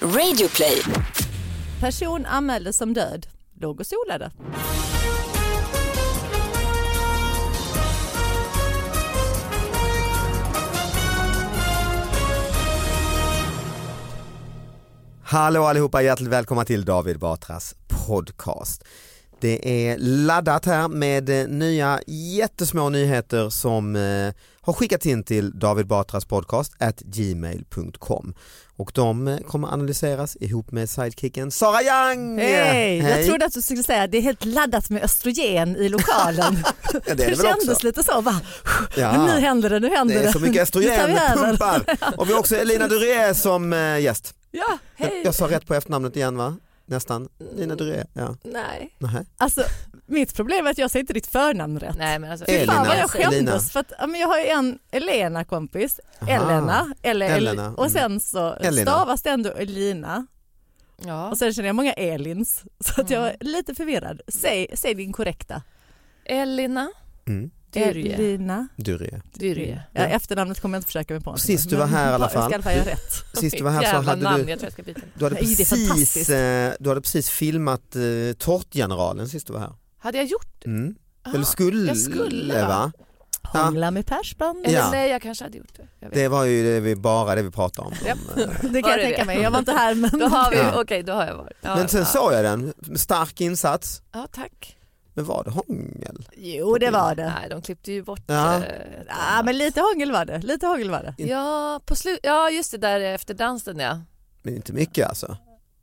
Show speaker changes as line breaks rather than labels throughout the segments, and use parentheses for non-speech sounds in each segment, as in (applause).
Radio play.
Person anmäldes som död, låg och solade.
Hallå allihopa, hjärtligt välkomna till David Batras podcast. Det är laddat här med eh, nya jättesmå nyheter som eh, har skickats in till David Batras podcast at gmail.com och de eh, kommer analyseras ihop med sidekicken Sara Young!
Hej! Jag
Hej.
trodde att du skulle säga det är helt laddat med östrogen i lokalen.
(laughs) Ja, det är det väl
kändes
också.
lite så. Bara,
Ja.
Nu händer det, nu händer det.
Det är så
(laughs)
mycket
Nu tar
östrogen
vi över.
pumpar.
(laughs)
Och vi har också Elina Duré som eh, gäst.
Ja,
Jag,
hej.
jag sa rätt på efternamnet igen va? Nästan. Elina Duré, ja.
Nej.
Nähä.
Alltså, mitt problem är att jag säger inte ditt förnamn rätt.
Nej men alltså,
Fy fan vad jag
Elina.
skämdes för att ja, men jag har ju en Elena kompis,
Aha.
Elena, eller
Elena, mm.
och sen så
Elena.
stavas det ändå Elina
ja.
och sen känner jag många Elins så att jag är lite förvirrad. Säg, säg din korrekta.
Elina
Mm.
Dyrje.
Elina.
Duré.
Dyrje.
Ja, efternamnet kommer jag inte försöka mig på.
Sist du var här i alla
Jag ska i alla fall
fall.
göra rätt.
Sist du var här så
Jävla
hade
namn,
du
jag tror jag ska byta.
Du hade,
Nej, det är
precis,
fantastiskt.
eh, du hade precis filmat eh, Tårtgeneralen sist du var här.
Hade jag gjort?
Mm.
Ah,
Eller skulle,
jag skulle, va?
va? Ja.
(laughs) Hångla med persband.
Eller
Ja.
nej, jag kanske hade gjort det. Jag vet.
Det var ju det vi, bara det vi pratade om.
Japp.
Om, eh,
(laughs) Det
Var
kan jag
det
tänka
det?
mig, jag var inte här men
Då har vi,
Ja.
okej då har jag varit. Ja,
Men sen
ja.
såg jag den, stark insats.
Ja tack.
Men var det hångel?
(laughs) jo det var det.
Nej de klippte ju bort.
Ja.
eh, ett
Ja, Ah, men lite hångel var det, lite hångel var det.
Ja, på slu- ja just det där efter dansen ja.
Men inte mycket alltså.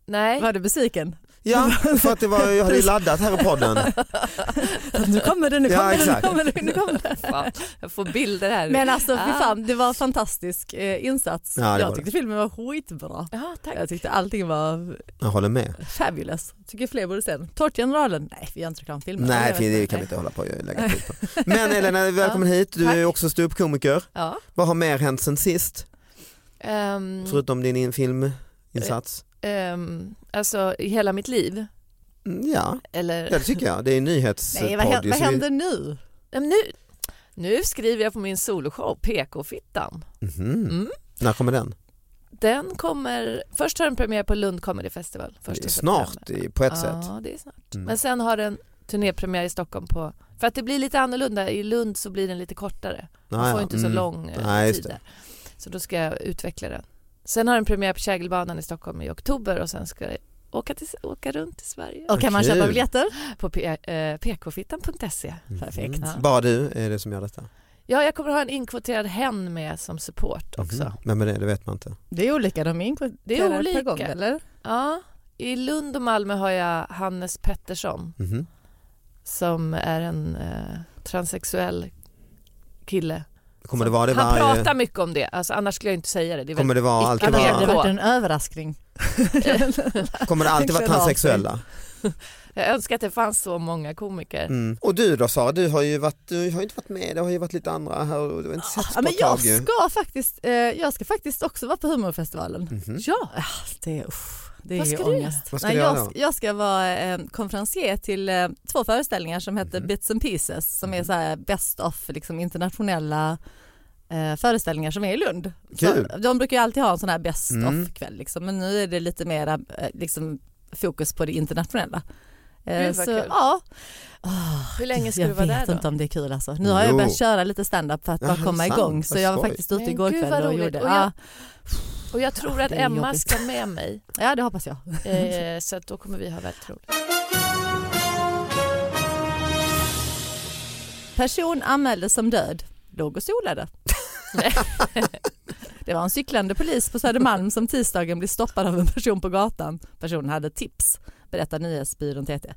Nej.
Var du besviken? (laughs)
Ja, för att det var, jag hade ju laddat här i podden.
(laughs)
Nu kommer det, nu
Ja,
kommer det, nu
exakt.
kommer det, nu kommer det.
Fan, jag får bilder här.
Men alltså fy
Ah.
fan, det var en fantastisk eh, insats.
Ja, det var
jag
det.
tyckte filmen var skitbra.
Ja tack.
Jag tyckte allting var
Jag håller med.
fabulous. Tycker fler borde se den. Tårtgeneralen, nej vi gör inte reklamfilmer.
Nej,
Jag vet
det
inte.
kan vi inte hålla på och lägga tid på. Men
(laughs)
Elena, välkommen hit. Du är ju
tack.
också ståuppkomiker.
Ja.
Vad har mer hänt sen sist?
ehm,
Förutom din in- filminsats?
ehm, alltså i hela mitt liv.
Mm, Ja,
Eller?
ja, det tycker jag. Det är en nyhetspodd.
Nej, vad, hä- vad
så vi-
händer nu?
Nej, men Ehm, nu, nu skriver jag på min soloshow PK-fittan.
Mhm.
Mm.
När kommer den?
Den kommer, först har den premiär på Lund Comedy Festival. Första
Det är Snart
september.
i- på ett
ja,
sätt.
det är snart.
Mm.
Men sen har den turnépremiär i Stockholm på, för att det blir lite annorlunda, i Lund så blir den lite kortare. Man
Ah,
får
ja.
inte så
Mm.
lång eh,
Nej, just
tid
det.
där. Så då ska jag utveckla den. Sen har den premiär på Kägelbanan i Stockholm i oktober och sen ska jag åka, till, åka runt i Sverige
Och kan man
Kul.
köpa biljetter?
på P- eh, pkfittan.se.
Perfekt.
Mm.
Ja.
Bara du är det som gör detta.
Ja, jag kommer ha en inkvoterad hen med som support också.
Mhm. Vem är det? Det vet man inte.
Det är olika, de är inkvoterade
Det är olika.
per gång eller?
Ja, i Lund och Malmö har jag Hannes Pettersson
Mhm.
som är en eh, transsexuell kille.
Kommer det vara det
Han
varje...
pratar mycket om det, alltså, annars skulle jag inte säga det. det är
Kommer
väldigt...
det, vara
Ja,
alltid
Ja, det
men-
hade (laughs)
vara,
varit en överraskning.
kommer det alltid vara
Klart.
transsexuella?
(laughs) Jag önskar att det fanns så många komiker. Eh,
Mm. Och du då Sara, du har ju varit, du har ju inte varit med, det har ju varit lite andra här och du har inte sett
Ja,
på
Ah, men
ett
jag
tag ju.
ska, faktiskt, eh, jag ska faktiskt också vara på humorfestivalen.
Mhm.
Ja, ah, det är, uff, det är
Vad ska
ju
du
ångest.
Vad ska
Nej,
du göra
jag,
då?
jag ska vara eh, konferencier till eh, två föreställningar som heter
Mhm.
Bits and Pieces som är så här best of liksom, internationella eh, föreställningar som är i Lund.
Kul.
Så, de brukar ju alltid ha en sån här best
Mm.
of kväll liksom, men nu är det lite mera eh, liksom, fokus på det internationella. Eh,
Gud, vad
så,
kul.
ja. Ah,
Hur länge ska
jag
du vara
vet
där
inte
då?
om det är kul alltså. Nu har jag
Jo.
börjat köra lite stand-up för att bara
Jaha,
komma
sant.
igång. Så
Vad
jag var
skoj.
faktiskt ute
Men
igår
gud, vad
kväll och
roligt.
gjorde.
Och
ja,
Och jag tror att
Det är
Emma
jobbigt.
ska
(laughs)
med mig
ja, det hoppas jag.
eh, så att då kommer vi ha väldigt roligt.
Person anmäldes som död, låg och solade. det var en cyklande polis på Södermalm som tisdagen blev stoppad av en person på gatan. Personen hade tips, berättar nyhetsbyrån TT.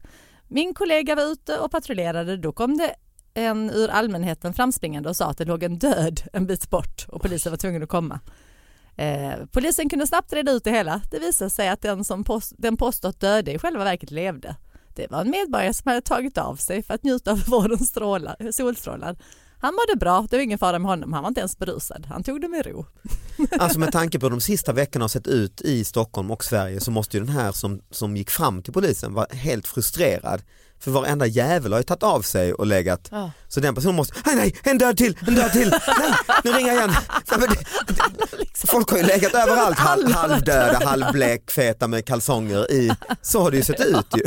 Min kollega var ute och patrullerade, då kom det en ur allmänheten framspringande och sa att det låg en död en bit bort och polisen var tvungen att komma. Eh, polisen kunde snabbt reda ut det hela. Det visade sig att den som påst- den påstått döde i själva verket levde. Det var en medborgare som hade tagit av sig för att njuta av (laughs) vårens strålar, solstrålar. Han mådde bra, det var ingen fara med honom, han var inte ens berusad. Han tog det med ro.
Alltså med tanke på hur de sista veckorna har sett ut i Stockholm och Sverige så måste ju den här som, som gick fram till polisen vara helt frustrerad. För varenda jävel har ju tagit av sig och legat.
Ah.
Ja.
Så den personen måste, nej nej, en död till, en död till, nej, nu ringer jag igen. Nej, men det, det, folk har ju legat överallt, halv, halvdöda, halvblekfeta med kalsonger i. Så har det ju sett ut ju.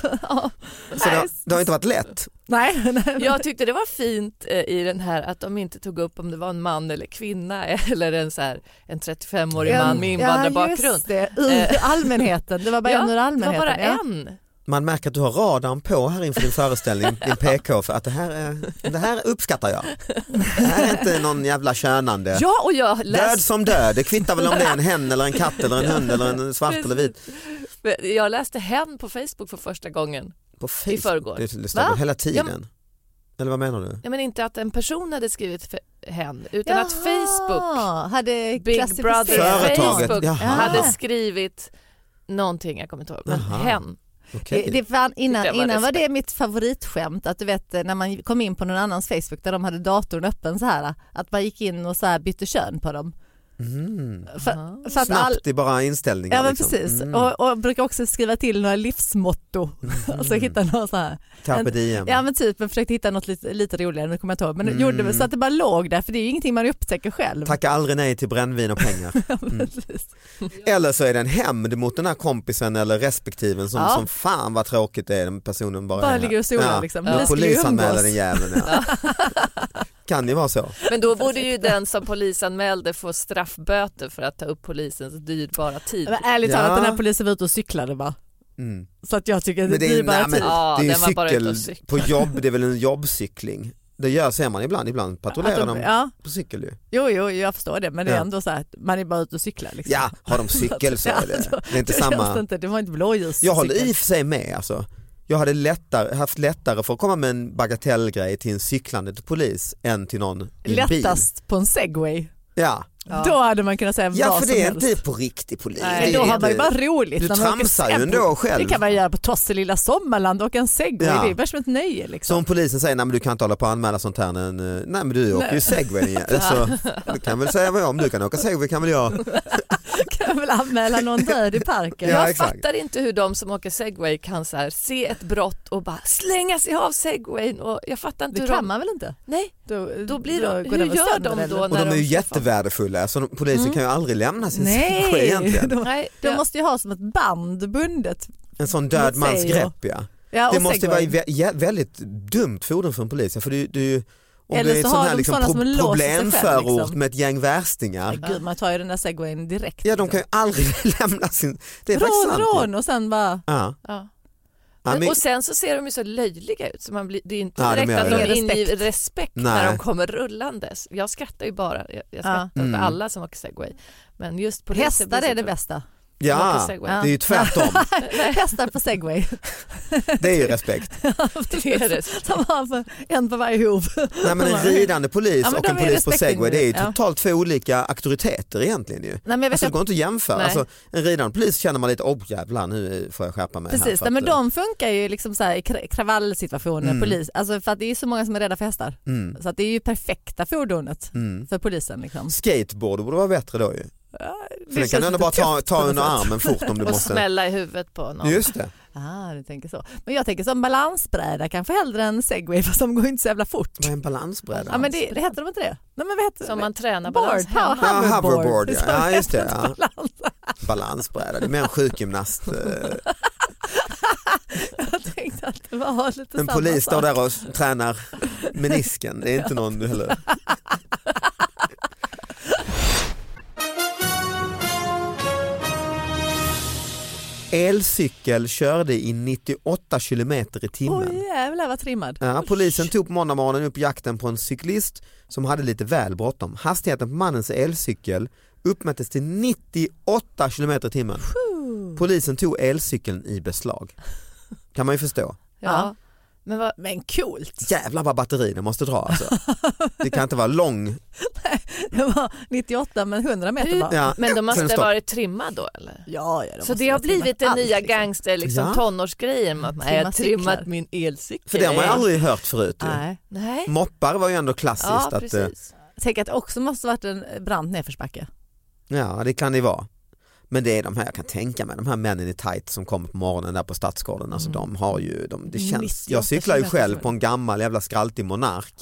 Så, ja.
Så det, har- det har inte varit lätt.
Nej, (laughs) nej.
Jag tyckte det var fint eh, i den här att de inte tog upp om det var en man eller kvinna (laughs) eller en, så här, en 35-årig man med
Ja,
invandrarbakgrund. Eh,
just det, ur (laughs) allmänheten. Det var bara
(laughs) Ja,
en ur
det var
allmänheten.
bara
ja.
en.
Man märker att du har radarn på här inför din
(laughs)
föreställning, din PK, för att det här, är, det här uppskattar jag. Det här är inte någon jävla könande.
Ja, och jag
Död
läste,
som död, det kvittar väl om det är en hen eller en katt eller en hund eller en svart eller vit.
jag läste hen på Facebook för första gången.
På
I förrgår.
Facebook, det lyssnar
Va?
du hela tiden. Eller vad menar du?
Ja, men inte att en person hade skrivit för hen, utan att
Jaha,
Facebook,
hade
Big
klassificerat.
Brother,
Företaget,
Facebook
jaha.
hade skrivit någonting, jag kommer inte ihåg, men
Jaha.
hen. (laughs)
Okej.
Eh, Det, det fan, innan
Det var
var, innan var
respekt.
det mitt favoritskämt, att du vet eh, när man kom in på någon annans Facebook där de hade datorn öppen så här, att man gick in och så här bytte kön på dem.
Mm.
För, för att all,
Snabbt i bara inställningar.
ja men
liksom.
precis,
Mm.
och, och brukar också skriva till några livsmotto. alltså hitta någon så här.
Carpe diem.
Ja men typ, jag försökte hitta något lite, lite roligare, nu kommer jag inte ihåg, men
Mm.
gjorde så att det bara låg där, för det är ju ingenting man upptäcker själv.
Tacka aldrig nej till brännvin och pengar.
(laughs)
Mm.
Precis.
Eller så är det en hämnd mot den här kompisen eller respektiven som,
Ja.
som fan vad tråkigt det är den personen bara,
Bara
är här.
ligger och solar liksom. Ni
Ja.
skulle ju
Polisanmäler
umgås.
den jäveln.
(laughs)
Ja. kan ju vara så.
Men då borde ju den som polisanmälde få straffböter för att ta upp polisens dyrbara tid.
Men ärligt
Ja.
talat, den här polisen var ute och cyklade bara.
Mm.
Så att jag tycker att
Men
det
det är,
blir bara
nej, men,
typ-
Ja,
det är ju
den var bara ute och
cykel på jobb, det är väl en jobbcykling. Det gör, ser man ibland, ibland patrullerar
att
de
de- ja.
på cykel ju.
Jo, jo, jag förstår det, men det är
Ja.
ändå så här att man är bara ute och cyklar. Liksom.
Ja, har de cykel så är
(laughs)
det. Det är inte
Det känns
samma.
inte, det var inte blåljus.
Jag håller
cykel.
i och för sig med alltså. Jag hade lättare, haft lättare för att komma med en bagatellgrej till en cyklande polis än till någon i en bil.
Lättast på en segway.
Ja.
Då hade man kunnat säga
ja,
vad
för
som
det är
helst.
inte på riktig polis.
Nej,
Det
då
är
har man ju
inte-
bara roligt.
du
när man åker
tramsar ju
segway.
ändå själv.
Det kan man göra på Tosselilla Sommarland och en segway.
Ja.
Det är bara som ett nöje. Liksom.
Som polisen säger, nej men du kan inte hålla på och anmäla sånt här, men, eh, nej men du åker ju segway
(laughs)
igen. Alltså, du kan väl säga vad jag om du kan åka segway kan väl jag.
kan man väl anmäla någon död i
(laughs)
parken.
Ja,
jag
exakt.
fattar inte hur de som åker segway kan så här, se ett brott och bara slänga sig av segwayn. Och jag fattar inte
Det
hur
kan
de...
man väl inte?
Nej,
Då,
då blir
då
de...
går
Hur
den väl
gör
sönder,
de då?
eller?
Och de
när
är ju (laughs)
ska få-
jättevärdefulla så de, polisen kan ju aldrig lämna sin segway
Mm. Nej,
egentligen.
(laughs) de,
Nej,
de
jag-
måste ju ha som ett band bundet.
En sån död
Vad
mans
säger jag?
grepp ja.
Ja,
Det
och
måste vara
segway.
vä- jä- väldigt dumt fordon för en polis. ja, För du, du, om
Eller
det är ett
så
sån
har
här
de
liksom
sådana som
pro-
låser sig själv,
problemförort
liksom.
med ett gäng värstingar.
Ja, gud, man tar ju den där segwayen direkt.
Ja de
liksom.
kan ju aldrig (laughs) lämna sin... Det är faktiskt
Rån,
sant. ju.
rån och sen bara
Ja.
Ja.
Ja, men,
Och sen så ser de ju så löjliga ut så man blir, det är ju inte
Ja, de
direkt
gör det.
att de
Respekt.
inger respekt när
Nej.
de kommer rullandes. Jag skrattar ju bara, jag, jag
Ja.
skrattar åt
Mm.
alla som åker segway. Men just poliser blir
hästar
så
är det
tro-
bästa.
Åka
Ja,
segway.
det är ju tvärtom.
(laughs)
(laughs)
(laughs)
Hästar på segway.
Det är ju respekt.
Det är det.
De har för- en på varje hov.
Nej, men en ridande polis
Ja, men
och
de
en
är
polis på segway det är ju
respektingivande, ja.
totalt två olika auktoriteter egentligen ju.
Nej, men jag vet
Alltså, det går
att,
inte att jämföra.
Nej.
Alltså, en ridande polis känner man lite, åh jävlar nu får jag skärpa mig här.
precis,
för
nej, men
att, eh,
de funkar ju liksom så här i kra- kravallsituationer,
Mm.
polis. Alltså för att det är ju så många som är rädda för hästar.
Mm,
Så att det är ju perfekta fordonet
mm.
för polisen. Liksom.
Skateboard borde vara bättre då ju. För den
känns
kan du ändå bara
lite
ta,
tufft
ta
på något
under
sätt.
armen fort
(laughs)
om du
(laughs) Och
måste.
smälla i huvudet på någon.
Just det.
Ah, du tänker så. Men jag tänker som balansbräda kanske hellre än segway (laughs) fast de går ju inte så jävla fort.
Vad är en balansbräda?
Ja, men det, det heter de inte det? Nej, men vad heter
Som
det?
man tränar
Board,
balans
ja,
hemma.
Ja,
hoverboard.
hoverboard, ja.
(laughs) Så
Ja, just det,
heter
ja.
balans.
Balansbräda, det är mer en sjukgymnast. eh,
(laughs) Jag tänkte att det var lite
En
samma
polis står
sak.
där och s- tränar menisken. Det är inte någon
(laughs)
heller. Elcykel körde i 98 kilometer i
Oj
timmen.
jävlar vad trimmad.
Ja, polisen tog på måndag morgon upp jakten på en cyklist som hade lite väl bråttom. Hastigheten på mannens elcykel uppmättes till 98 kilometer i timmen. Polisen tog elcykeln i beslag. Kan man ju förstå.
Ja. Men vad,
Men coolt.
Jävlar vad batteri den måste dra alltså. Det kan inte vara lång.
(laughs) Det var 98 men 100 meter bara.
Ja.
men de måste
Sen stopp.
ha varit trimmad då eller?
Ja, ja, det
Så
måste
det har
vara trimmat.
blivit den
Allt,
nya
liksom.
gangster liksom,
Ja.
tonårsgrejen. Att, nej, jag har
Trimma cyklar.
trimmat min elcykel.
För det har man ju aldrig hört förut. ju.
Nej.
Nej.
Moppar var ju ändå klassiskt.
Ja,
att, eh,
precis.
Tänk att det också måste varit en brant nedförsbacke.
ja det kan det ju vara. Men det är de här, jag kan tänka mig, de här männen i tight som kommer på morgonen där på Stadsgården. Alltså
Mm.
de har ju, de, det känns,
98
jag cyklar ju
kilometer
själv
som-
på en gammal jävla skraltig monark.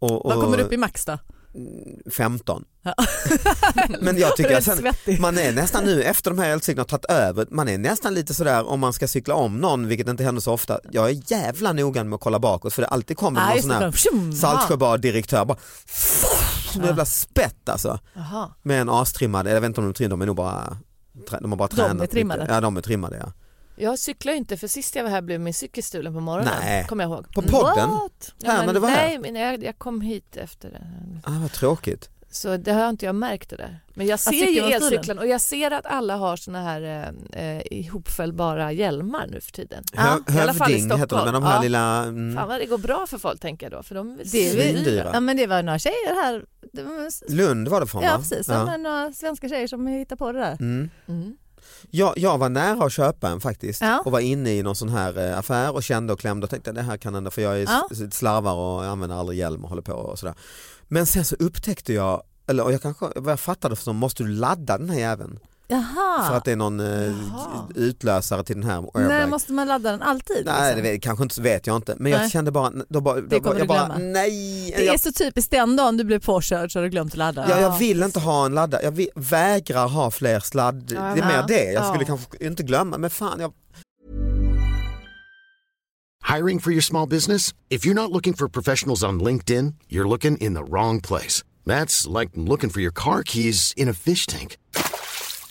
Och, och
Vad Mm. kommer du upp i max då?
15. (laughs) Men jag tycker att
sen,
sen, man är nästan nu efter de här elcyklarna har tagit över, man är nästan lite sådär om man ska cykla om någon, vilket inte händer så ofta, jag är jävla noga med att kolla bakåt för det alltid kommer någon sån här Saltsjöbad-direktör bara som en jävla spett alltså.
Jaha.
Med en astrimmad, jag vet inte om de är trimmade, de är nog bara de har bara
De
tränat.
är trimmade.
lite. Ja de är trimmade ja.
Jag cyklar ju inte för sist jag var här blev min cykel stulen på morgonen.
Nej.
Kommer jag ihåg.
På podden?
What?
Här, när du var här?
Nej, men jag, jag kom hit efter det.
Ah, vad tråkigt.
Så det har inte jag märkt det där. Men jag ser
cykeln
ju
var stulen?
elcykeln och jag ser att alla har såna här eh, eh, ihopfällbara hjälmar nu för tiden.
Hö-
i alla fall i
Hövding heter de, men de här
Stockholm. Ja.
lilla... Mm,
Fan vad det går bra för folk tänker jag då. För de är
Det är väl-
Svindyra.
Ja men det var några tjejer här. Det var-
Lund var det från
Ja
va?
precis,
Ja.
ja. men några svenska tjejer som hittade på det där.
Mm.
Mm.
Jag, jag var nära att köpa en faktiskt
Ja.
och var inne i någon sån här eh, affär och kände och klämde och tänkte det här kan hända för jag är
Ja.
s- slarvar och jag använder aldrig hjälm och håller på och sådär. Men sen så upptäckte jag, eller och jag kanske, vad jag fattade för så måste du ladda den här jäveln
Jaha,
för att det är någon eh,
Jaha.
utlösare till den här airbag.
när måste man ladda den alltid?
Nej, det
liksom?
vet, kanske inte så vet jag inte men jag
Nej.
kände bara, då bara, då
Det
bara
kommer
jag
du
bara,
glömma.
nej,
det
jag,
är så typiskt den dagen du blir påkörd så har du glömt att ladda.
jag, jag vill inte ha en laddare, jag vi- vägrar ha fler sladd,
Ja,
det är mer
ja.
det, jag
Ja.
skulle kanske inte glömma men fan jag
Hiring for your small business? If you're not looking for professionals on LinkedIn, you're looking in the wrong place. That's like looking for your car keys in a fish tank.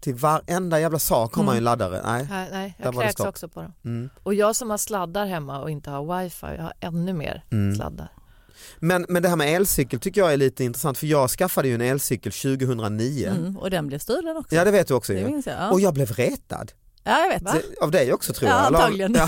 Till varenda jävla sak har man ju
Mm.
en laddare. Nej.
Nej, nej,
Där
jag
var det
kräks
stopp.
också på dem.
Mm.
Och jag som har sladdar hemma och inte har wifi, jag har ännu mer
Mm.
sladdar.
Men, men det här med elcykel tycker jag är lite intressant för jag skaffade ju en elcykel 2009.
Mm, och den blev stulen också.
Ja det vet du också
det
ju.
minns jag. Ja.
Och jag blev retad.
Ja, jag vet.
Det, av dig också tror
Ja,
jag. eller?
antagligen. (laughs)
Ja.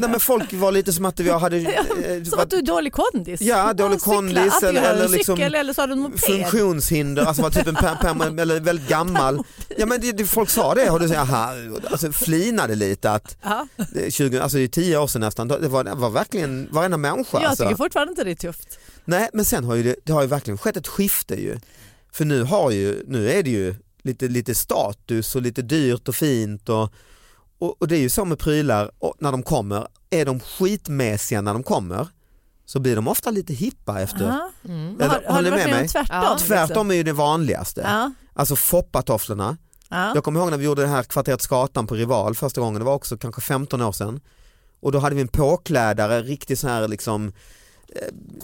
Nej men folk var lite som att jag hade
Ja,
eh,
Som
var-
att du är dålig kondis.
Ja, dålig
cyklar.
kondis
Antingen
eller-
har du en
eller liksom
cykel eller så har du en moped.
funktionshinder, alltså var typ en per, per, eller väldigt gammal. Ja men det, det, folk sa det och du säger aha, alltså flinade lite att
Ja.
det- 20, alltså det är 10 år sedan nästan, det var, det var verkligen varenda människa.
Jag
Alltså.
tycker fortfarande inte det är tufft.
Nej men sen har ju det, det har ju verkligen skett ett skifte ju. För nu har ju, nu är det ju lite, lite status och lite dyrt och fint och, och, och det är ju så med prylar och när de kommer, är de skitmäsiga när de kommer så blir de ofta lite hippa efter.
Ja.
Ja,
Har, har
håller
du
med
varit med om
mig?
tvärtom?
Ja.
liksom?
Tvärtom är ju det vanligaste.
Ja.
Alltså foppatofflorna.
Ja.
Jag kommer ihåg när vi gjorde det här kvarteret Skatan på Rival första gången, det var också kanske 15 år sedan. Och då hade vi en påklädare, riktigt så här liksom eh,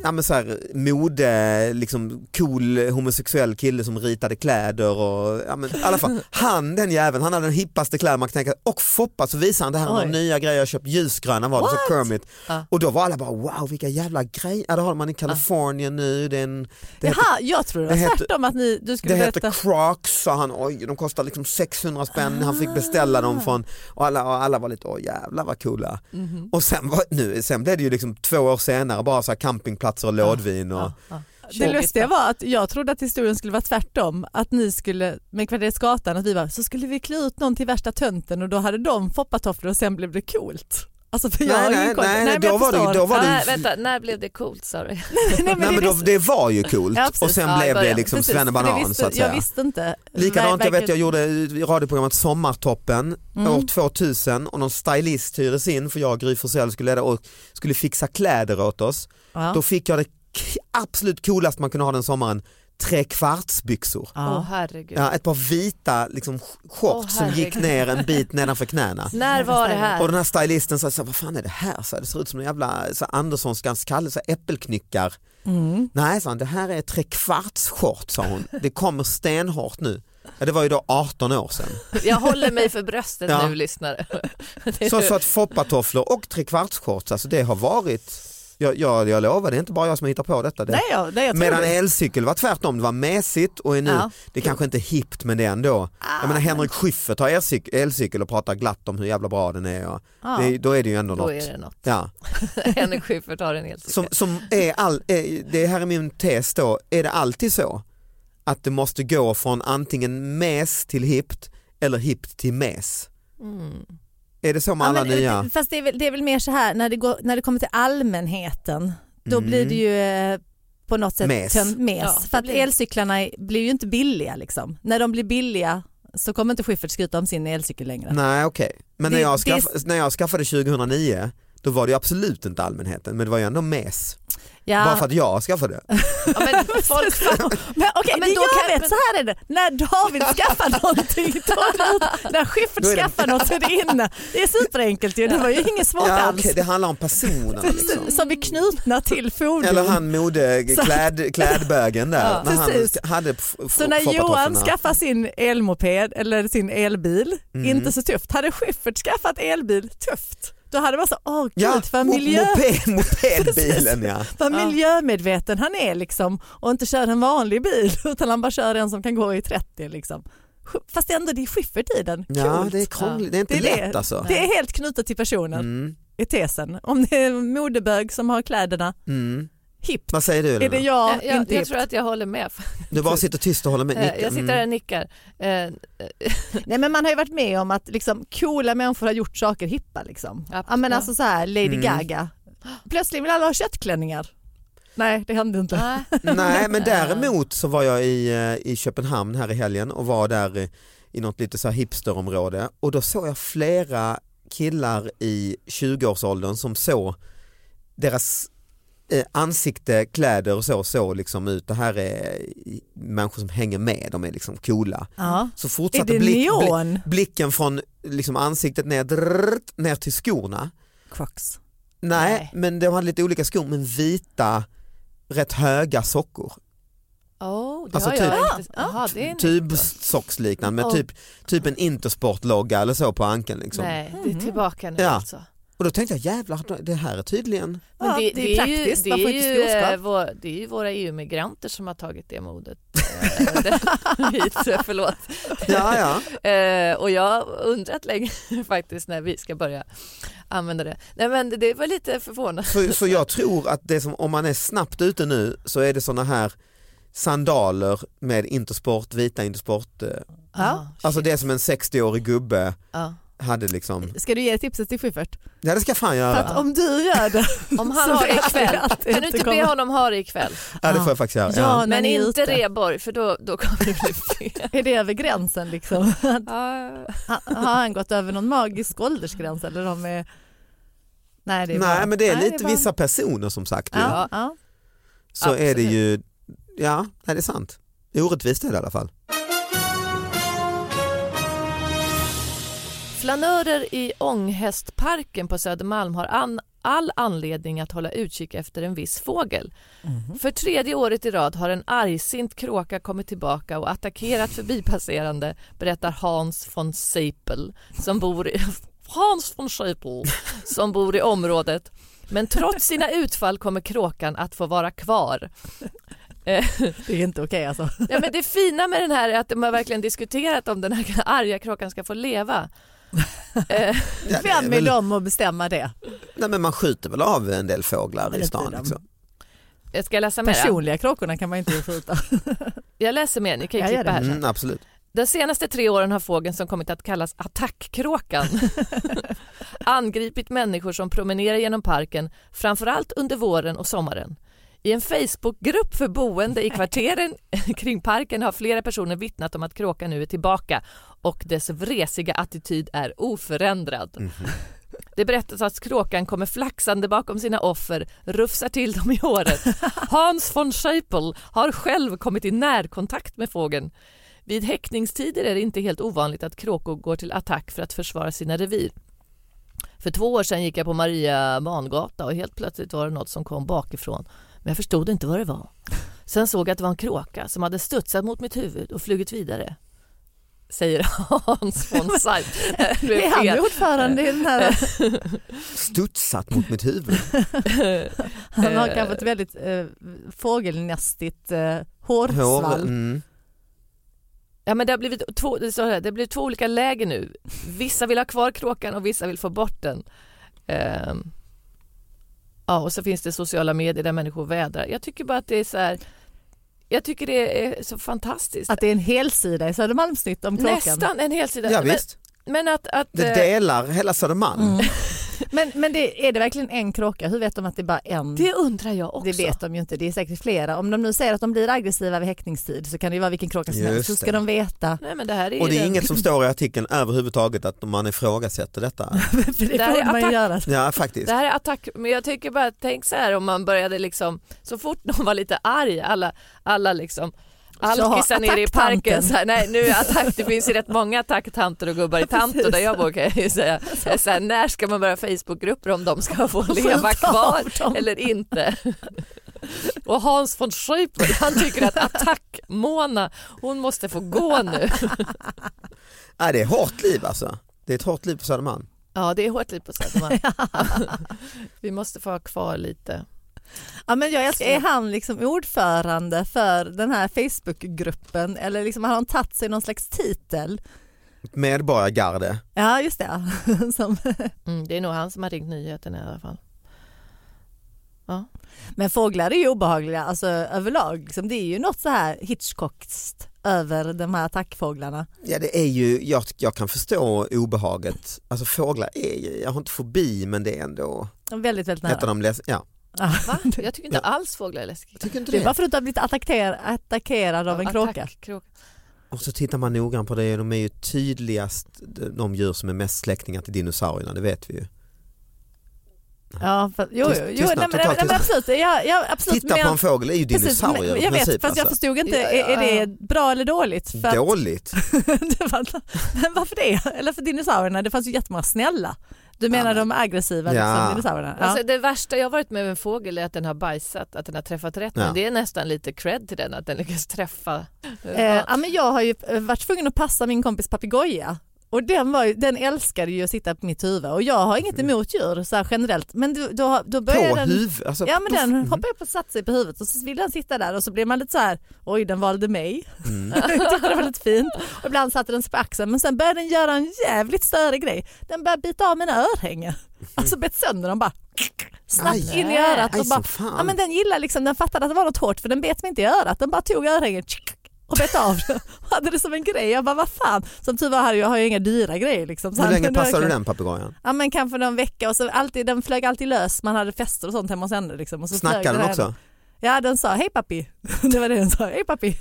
Ja, men så här, mode, liksom cool homosexuell kille som ritade kläder och ja, men, i alla fall, han den jäveln, han hade den hippaste kläder man kan tänka och Foppa så visade han det här med
Oj.
nya grejer jag köpt, ljusgröna var det, så Kermit.
Ja.
Och då var alla bara wow vilka jävla grejer, ja, det har man i Kalifornien nu, det är en, det heter
Jaha, jag tror det var
det heter-
tvärtom att ni, du skulle
det
berätta.
heter Crocs sa han, oj de kostar liksom 600 spänn, han fick beställa
Ah.
dem från och alla, och alla var lite, åh jävlar vad coola.
Mhm.
Och sen, var, nu, sen blev det ju liksom två år senare bara så här campingplatser och lådvin och
Det lustiga var att jag trodde att historien skulle vara tvärtom. Att ni skulle, med Kvarterets Gatan, att vi var, så skulle vi klä ut någon till värsta tönten och då hade de foppatofflor och sen blev det coolt. Alltså för jag
Nej,
har ingen
nej,
koll.
nej,
men
då
jag
var det ju-
förstår.
då var det-
Nej, vänta, när blev det coolt (laughs) sa du?
nej,
Nej
det
men då,
visste-
det var
(laughs)
ju coolt
Ja, precis.
och sen
Ja, i
blev det
början.
liksom
precis, det
svennebanan
visste,
så att säga.
Jag visste inte.
Likadant,
Ver-
jag vet
verkligen- Mm.
jag gjorde i radioprogrammet Sommartoppen år 2000 och någon stylist hyrdes in för jag och Gry Forssell skulle leda och skulle fixa kläder åt oss.
Ja.
Då fick jag det k- absolut coolaste man kunde ha den sommaren, trekvartsbyxor.
Åh
Ja.
herregud.
Ja, ett par vita liksom, sh- shorts
Åh,
som gick
herregud.
ner en bit nedanför
(laughs)
knäna.
När var det här?
Och den här stylisten sa, så här, vad fan är det här? Så här, det ser ut som en jävla så här, Anderssonskans Kalle, så här, äppelknyckar. Nej, sa han, det här är trekvartsshorts sa hon. Det kommer stenhårt nu. Ja, det var ju då 18 år sedan.
Jag håller mig för bröstet
Ja.
nu lyssnare. (laughs)
Så, så
(laughs)
att foppatofflor och trekvartsshorts, alltså det har varit, jag, jag, jag lovar, det är inte bara jag som hittar på detta. Det,
Nej, jag, nej, jag tror
Medan
det.
elcykel var tvärtom, det var mässigt och är nu,
Ja. Ah.
det kanske inte är hippt men det är ändå. jag menar Henrik Schyffert har elcykel, elcykel och pratar glatt om hur jävla bra den är. Och
Ja.
det, är- då är det ju ändå
Då
något.
är det något.
Ja.
(laughs) Henrik Schyffert har en elcykel.
Som, som är all, är, det här är min tes då, är det alltid så att det måste gå från antingen mäs till hippt eller hippt till mäs? Är det så med alla
Mm. Ja, men, eh,
nya?
Fast det är, väl, det är väl mer så här när det, går, när det kommer till allmänheten då
Mm.
blir det ju eh, på något sätt
Mes.
töm- mes.
Ja, det
för att
blir det.
elcyklarna är- blir ju inte billiga liksom. När de blir billiga så kommer inte Schyffert skryta om sin elcykel längre.
Nej okej, men när
Typ. Det-
jag,
det-
skaff, när jag skaffade 2009 då var det ju absolut inte allmänheten men det var ju ändå mäs.
Ja.
Bara för att jag
(laughs)
skaffade det.
Ja,
(laughs)
men folk,
Men okej,
Ja, men
det
då
jag
kan-
vet, så här är det. När David
(laughs)
skaffar någonting, då är det ut. när Schyffert
Då är det-
skaffar något så är det inne. Det är superenkelt ju, det var ju inget svårt
Ja,
alls.
okej, det handlar om personerna liksom.
(laughs) Som är knutna till fordon.
Eller han
(laughs)
mode,
Så-
kläd, klädbögen där.
Ja,
när han
precis.
hade f- f-
Så när Johan
foppatofforna.
skaffar sin elmoped eller sin elbil,
Mm.
inte så tufft. Hade Schyffert skaffat elbil, tufft. Då hade man så, åh gud
ja,
vad,
mo-
miljö,
moped, mopedbilen
(laughs)
ja.
vad miljömedveten han är liksom och inte kör en vanlig bil (laughs) utan han bara kör en som kan gå i 30 liksom. Sch- Fast ändå det är Schyffert i den.
Ja
Coolt.
det är krångligt, det är inte
Det är det.
lätt alltså.
Det är helt knutet till personen
Mm,
i tesen. Om det är en modebög som har kläderna,
mm.
hippt.
Vad säger du
Är det
Elina?
jag,
jag, jag,
inte
jag
hippt?
tror att jag håller med.
Du bara sitter tyst och håller med.
Eh,
nickar.
Jag sitter här och nickar. Eh,
Nej men man har ju varit med om att liksom, coola människor har gjort saker hippa liksom.
Ja,
Ja men
ja.
alltså så här Lady
Mm.
Gaga. Plötsligt vill alla ha köttklänningar. Nej det hände inte.
nej.
Mm. Nej
(laughs)
men däremot så var jag i, eh, i Köpenhamn här i helgen och var där eh, i något lite så här hipsterområde och då såg jag flera killar i 20-årsåldern som såg deras eh, ansikte, kläder och så såg liksom ut. Det här är eh, människor som hänger med, de är liksom coola.
Ja.
Så
Är det
fortsatte blick, blick,
neon?
blicken från liksom ansiktet ner, drrrt, ner till skorna.
Crocs.
Nej,
Nej.
men de hade lite olika skor men vita rätt höga sockor.
Oh, det
Alltså
har jag
typ-
inte. Aha, det är
Tubsocksliknande med
Och-
typ, typ en Intersport-logga eller så på ankeln. Liksom.
Nej, det är tillbaka nu
Ja.
alltså.
Och då tänkte jag jävlar det här är
(laughs)
tydligen,
Men ja, det, är praktiskt,
ju,
man får
det, är
inte
ju, eh,
skoskav.
vår, det är ju våra EU-migranter som har tagit det modet.
(laughs)
eh, den- hit, förlåt.
Ja, ja.
Eh, och jag har undrat länge (laughs) faktiskt när vi ska börja använda det. Nej men det- det var lite förvånande.
Så, så jag tror att det som, om man är snabbt ute nu så är det sådana här sandaler med Intersport, vita Intersport.
Oh,
eh,
Ja.
Alltså det är som en 60-årig gubbe
Ja.
hade liksom.
Ska du ge tipset till Schyffert?
Ja det ska jag fan
För
göra.
att om du gör det
Om
så
(laughs) han har det
vet vi
ikväll,
att det
kan du inte be
kommer-
honom ha det ikväll?
Ja det får jag faktiskt göra.
Ah. Ja,
Ja.
när
Men
ni är
inte
ute.
reborg för då, då kommer det bli
(laughs)
fel.
Är det över gränsen liksom? (laughs)
Ja.
Ha- Har han gått över någon magisk åldersgräns eller de är... Nej, det är bara...
Nej men det är
Nej, det är
lite
bara-
vissa personer som sagt ju.
Ja, ja.
Så är det
absolut.
ju, ja nej, det är sant. Orättvist är det i alla fall.
Flanörer i Ånghästparken på Södermalm har an, all anledning att hålla utkik efter en viss fågel. För tredje året i rad har en argsint kråka kommit tillbaka och attackerat förbipasserande, berättar Hans von Seipel som bor i, (laughs) Hans von Seipel, som bor i området. Men trots sina utfall kommer kråkan att få vara kvar.
Det är inte okej alltså.
Ja, men det fina med den här är att de har verkligen diskuterat om den här (laughs) arga kråkan ska få leva. Eh,
Ja, det
Vem är
väl-
de att bestämma det?
Nej men man skjuter väl av en del fåglar
Men
i
inte
stan.
dem.
Liksom.
Jag ska läsa
(laughs)
mer.
Personliga kråkorna kan man
(laughs)
inte skjuta.
Jag läser mer, ni kan ju
Jag gör
klippa
det.
här sen.
Mm, absolut.
De senaste tre åren har fågeln som kommit att kallas
(laughs)
attackkråkan angripit människor som promenerar genom parken, framförallt under våren och sommaren. I en Facebookgrupp för boende i kvarteren (laughs) kring parken har flera personer vittnat om att kråkan nu är tillbaka och dess vresiga attityd är oförändrad. Det berättas att kråkan kommer flaxande bakom sina offer, rufsar till dem i håret. Hans von Scheipel har själv kommit i närkontakt med fågeln. Vid häckningstider är det inte helt ovanligt att kråkor går till attack för att försvara sina revir. För två år sedan gick jag på Maria Mangata och helt plötsligt var det något som kom bakifrån. Men jag förstod inte vad det var. Sen såg jag att det var en kråka som hade studsat mot mitt huvud och flugit vidare. Säger (laughs) Hans von Seip.
Är han ordförande
(laughs)
i den
Eh,
här...
Studsat mot mitt (laughs) huvud.
(laughs) Han har kanske ett väldigt eh, fågelnästigt eh,
Hår,
hårsvall.
mm.
Ja, men det har blivit två, det står här, det har blivit två olika läger nu. Vissa vill ha kvar kråkan och vissa vill få bort den. Ehm, ja, och så finns det sociala medier där människor vädrar. Jag tycker bara att det är så här, jag tycker det är så fantastiskt.
Att det är en hel sida i Södermalmsnytt om kråkan.
Nästan en hel sida.
Ja
men,
visst,
men att, att
det Mm.
eh,
delar hela Södermalm.
Men, men det, är det verkligen en kråka? Hur vet de att det är bara en?
det undrar jag också.
Det vet de ju inte, det är säkert flera. Om de nu säger att de blir aggressiva vid häckningstid så kan det ju vara vilken kråka som
Just
helst. Hur ska
det. (laughs)
de veta?
Nej, men det här är
Och det är
den-
inget som står i artikeln överhuvudtaget att man ifrågasätter (laughs) detta.
För det
Där
får
är
man ju
attack.
göra.
Ja faktiskt.
Det här är attack, men jag tycker bara tänk så här om man började liksom, så fort någon var lite arg, alla, alla liksom Alkisar nere i
attacktanten.
parken, så här, nej nu är attack, det finns ju rätt många attacktanter och (laughs) gubbar i Tanto där jag bor kan jag ju säga. Så här, när ska man börja Facebookgrupper om de ska (laughs) få leva
ta
kvar
av dem.
eller inte? (laughs) Och Hans von Scheupel, han tycker att attack-Mona, hon måste få gå nu.
Nej, det är hårt liv alltså. Det är ett hårt liv på Södermalm.
(laughs) Ja det är hårt liv på Södermalm. (laughs) Vi måste få ha kvar lite.
Ja, men jag älskar, är han liksom ordförande för den här Facebookgruppen eller liksom har han tagit sig någon slags titel?
Medborgargarde.
Ja just det. Som,
Mm, det är nog han som har ringt nyheten i alla fall.
men fåglar är ju obehagliga alltså, överlag. Liksom, det är ju något så här Hitchcockskt över de här attackfåglarna.
Ja det är ju, jag, jag kan förstå obehaget. Alltså fåglar är ju, jag har inte fobi men det är ändå,
De är Väldigt, väldigt
heter
nära.
de läs- (laughs) ja.
Va? Jag tycker inte alls fåglar är läskiga.
Tycker inte
Det är bara
det?
för att du har blivit attackerad, attackerad av en kråka.
Kråka.
Och så tittar man noggrant på det, de är ju tydligast de djur som är mest släktingar till dinosaurierna, det vet vi ju.
Ja, för, jo,
Tyst-
jo, jo,
tystnad,
nej, men,
total
nej, men absolut. Ja, ja, absolut
Titta
men,
på en fågel är ju
precis, men-
dinosaurier
Jag
i
vet,
princip.
fast jag
alltså.
förstod inte, är,
Ja, ja,
är
ja.
det bra eller dåligt? För att-
Dåligt.
(laughs) det var, men varför det? Eller för dinosaurierna, det fanns ju jättemånga snälla. Du menar de aggressiva
Ja.
liksom, dinosaurierna? Ja.
Alltså, det värsta jag har varit med om en fågel är att den har bajsat, att den har träffat rätt.
Ja.
Men det är nästan lite cred till den att den lyckas träffa.
eh, ja, men jag har ju eh, varit tvungen att passa min kompis papegoja Och den, var, ju- den älskade ju att sitta på mitt huvud och jag har inget emot djur så här generellt men då, då, då började
Mm. På
den...
huvud, alltså,
Ja men den hoppade upp och satte sig på huvudet och så ville den sitta där och så blev man lite så här, oj den valde mig.
Mm.
(laughs) Jag tyckte det var lite fint. Och ibland satte den sig på axeln men sen började den göra en jävligt större grej. Den började bita av mina örhängen. Alltså bet sönder dem bara. Snabbt
Aj.
in i örat
Aj,
och
som
bara,
fan.
ja, men den gillade liksom, den fattade att det var något hårt för den bet mig inte i örat. Den bara tog örhängen tsk, och bet av (laughs) det. Och hade det som en grej. Jag bara vad fan. Som tur var hade jag, har jag inga dyra grejer liksom. Så
Hur
han
länge
kunde
passade du
verkligen-
den papegojan?
Ja men kanske någon vecka och så alltid, den flög alltid lös, man hade fester och sånt hemma hos henne. Liksom, och så flög
Snackade den
här- (laughs)
också?
Ja den sa hej pappi, (laughs) det var det den sa, hej pappi.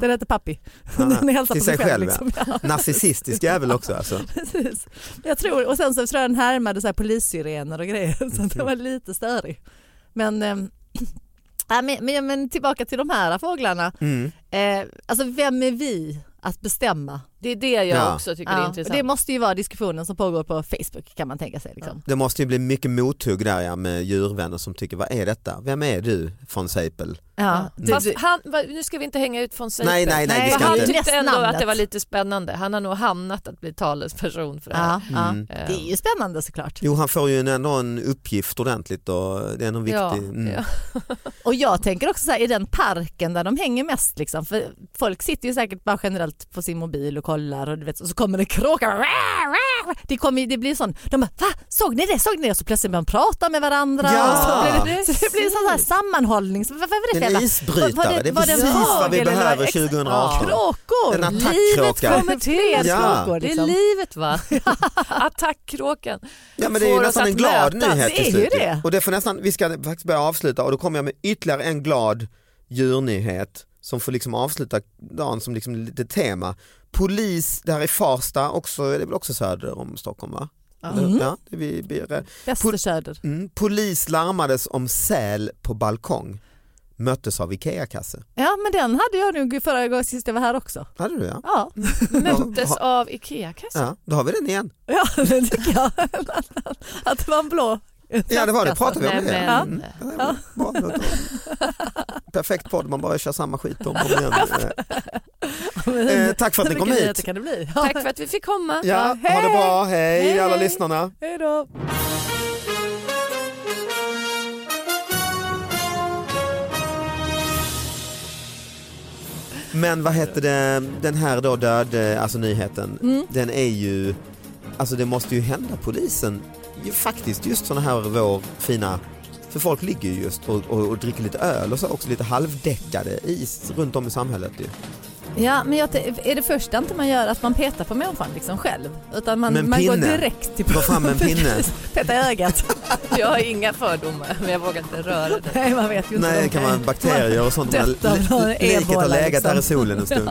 Den hette pappi, (laughs) den
Ja,
hälsade
till
på
sig
sig själv.
själv,
liksom. (laughs) ja.
Narcissistisk jävel också
(laughs)
alltså.
precis. Jag tror, och sen så tror jag den härmade så här polissirener och grejer (laughs) så den var lite störig. Men, ehm, (clears throat) ja, men, men, men tillbaka till de här fåglarna,
Mm.
eh, alltså vem är vi att bestämma?
Det är det jag
Ja.
också tycker
Ja,
är
och
intressant.
det måste ju vara diskussionen som pågår på Facebook kan man tänka sig. Liksom.
Det måste ju bli mycket mothugg där ja, med djurvänner som tycker vad är detta? Vem är du von Seipel?
Ja, du,
Fast
du,
han, va- nu ska vi inte hänga ut von Seipel.
Nej, nej, nej, vi
För
ska
han
inte.
tyckte ändå
Nästnamnet.
att det var lite spännande. Han har nog hamnat att bli talesperson för det här.
ja, ja.
Mm.
Eh,
Det är ju spännande såklart.
Jo han får ju ändå en uppgift ordentligt och det är någon viktig.
ja,
mm.
(laughs)
ja.
Och jag tänker också så här, i den parken där de hänger mest, liksom, för folk sitter ju säkert bara generellt på sin mobil och kollar och, du vet, och så kommer det kråka. Det, kommer, ju- det blir sån, de bara va? Såg ni det? Såg ni det? Och så plötsligt börjar de prata med varandra.
Ja.
Och så, blir det, så det blir sån här sammanhållning. Så, vad, vad var det för
En
jävla-
isbrytare,
var
det är
var en
precis vad vi
fågel eller vad-
behöver
ex-
2018.
Kråkor!
En
Livet
attackkråka.
kommer till
Ja.
kråkor.
Det
Liksom.
är livet va? (laughs) Attackkråkan.
Ja men det är ju
Får oss
nästan en
att
glad
mötas.
nyhet
Det är
till
ju
slut.
det.
Och det får nästan, vi ska faktiskt börja avsluta och då kommer jag med ytterligare en glad djurnyhet som får liksom avsluta dagen som liksom lite tema. Polis, det här är Farsta, också, det är väl också söder om Stockholm va?
Mm.
Ja, det vi, vi,
Västerköder.
mm. Polis larmades om säl på balkong, möttes av IKEA-kasse.
Ja men den hade jag nog förra gången sist jag var här också. Mm.
Hade du ja?
Ja.
Möttes
Ja.
av Ikea-kassan.
Ja, då har vi den igen.
Ja, (laughs) det tycker jag. Att det var en blå
Ja det var det, pratade vi om
Nej,
det?
men,
Mm. Ja, bra. Perfekt podd, man bara kör samma skit om och om igen. Eh, tack för att ni kom hit.
kan det bli.
Tack för att vi fick komma.
Ja, ha det bra, hej,
Hej,
alla
hej.
lyssnarna.
Hej då.
Men vad heter det, den här då död, alltså nyheten, den är ju, alltså det måste ju hända polisen, ju, faktiskt just sådana här vår fina, för folk ligger ju just och, och, och dricker lite öl och så också lite halvdäckade i, runt om i samhället ju.
Ja, men jag, t- är det första inte man gör att man petar på människan liksom själv? Utan
Med en
man, man går
pinne.
direkt till
Gå fram med en pinne.
Precis. (laughs) Peta i ögat.
Jag har inga fördomar men jag vågar inte röra det.
Nej, man vet ju inte.
Nej,
om-
det kan vara bakterier och sånt,
Dött av någon
li- liket
ebola,
har legat där i
liksom.
solen en
(laughs)
stund.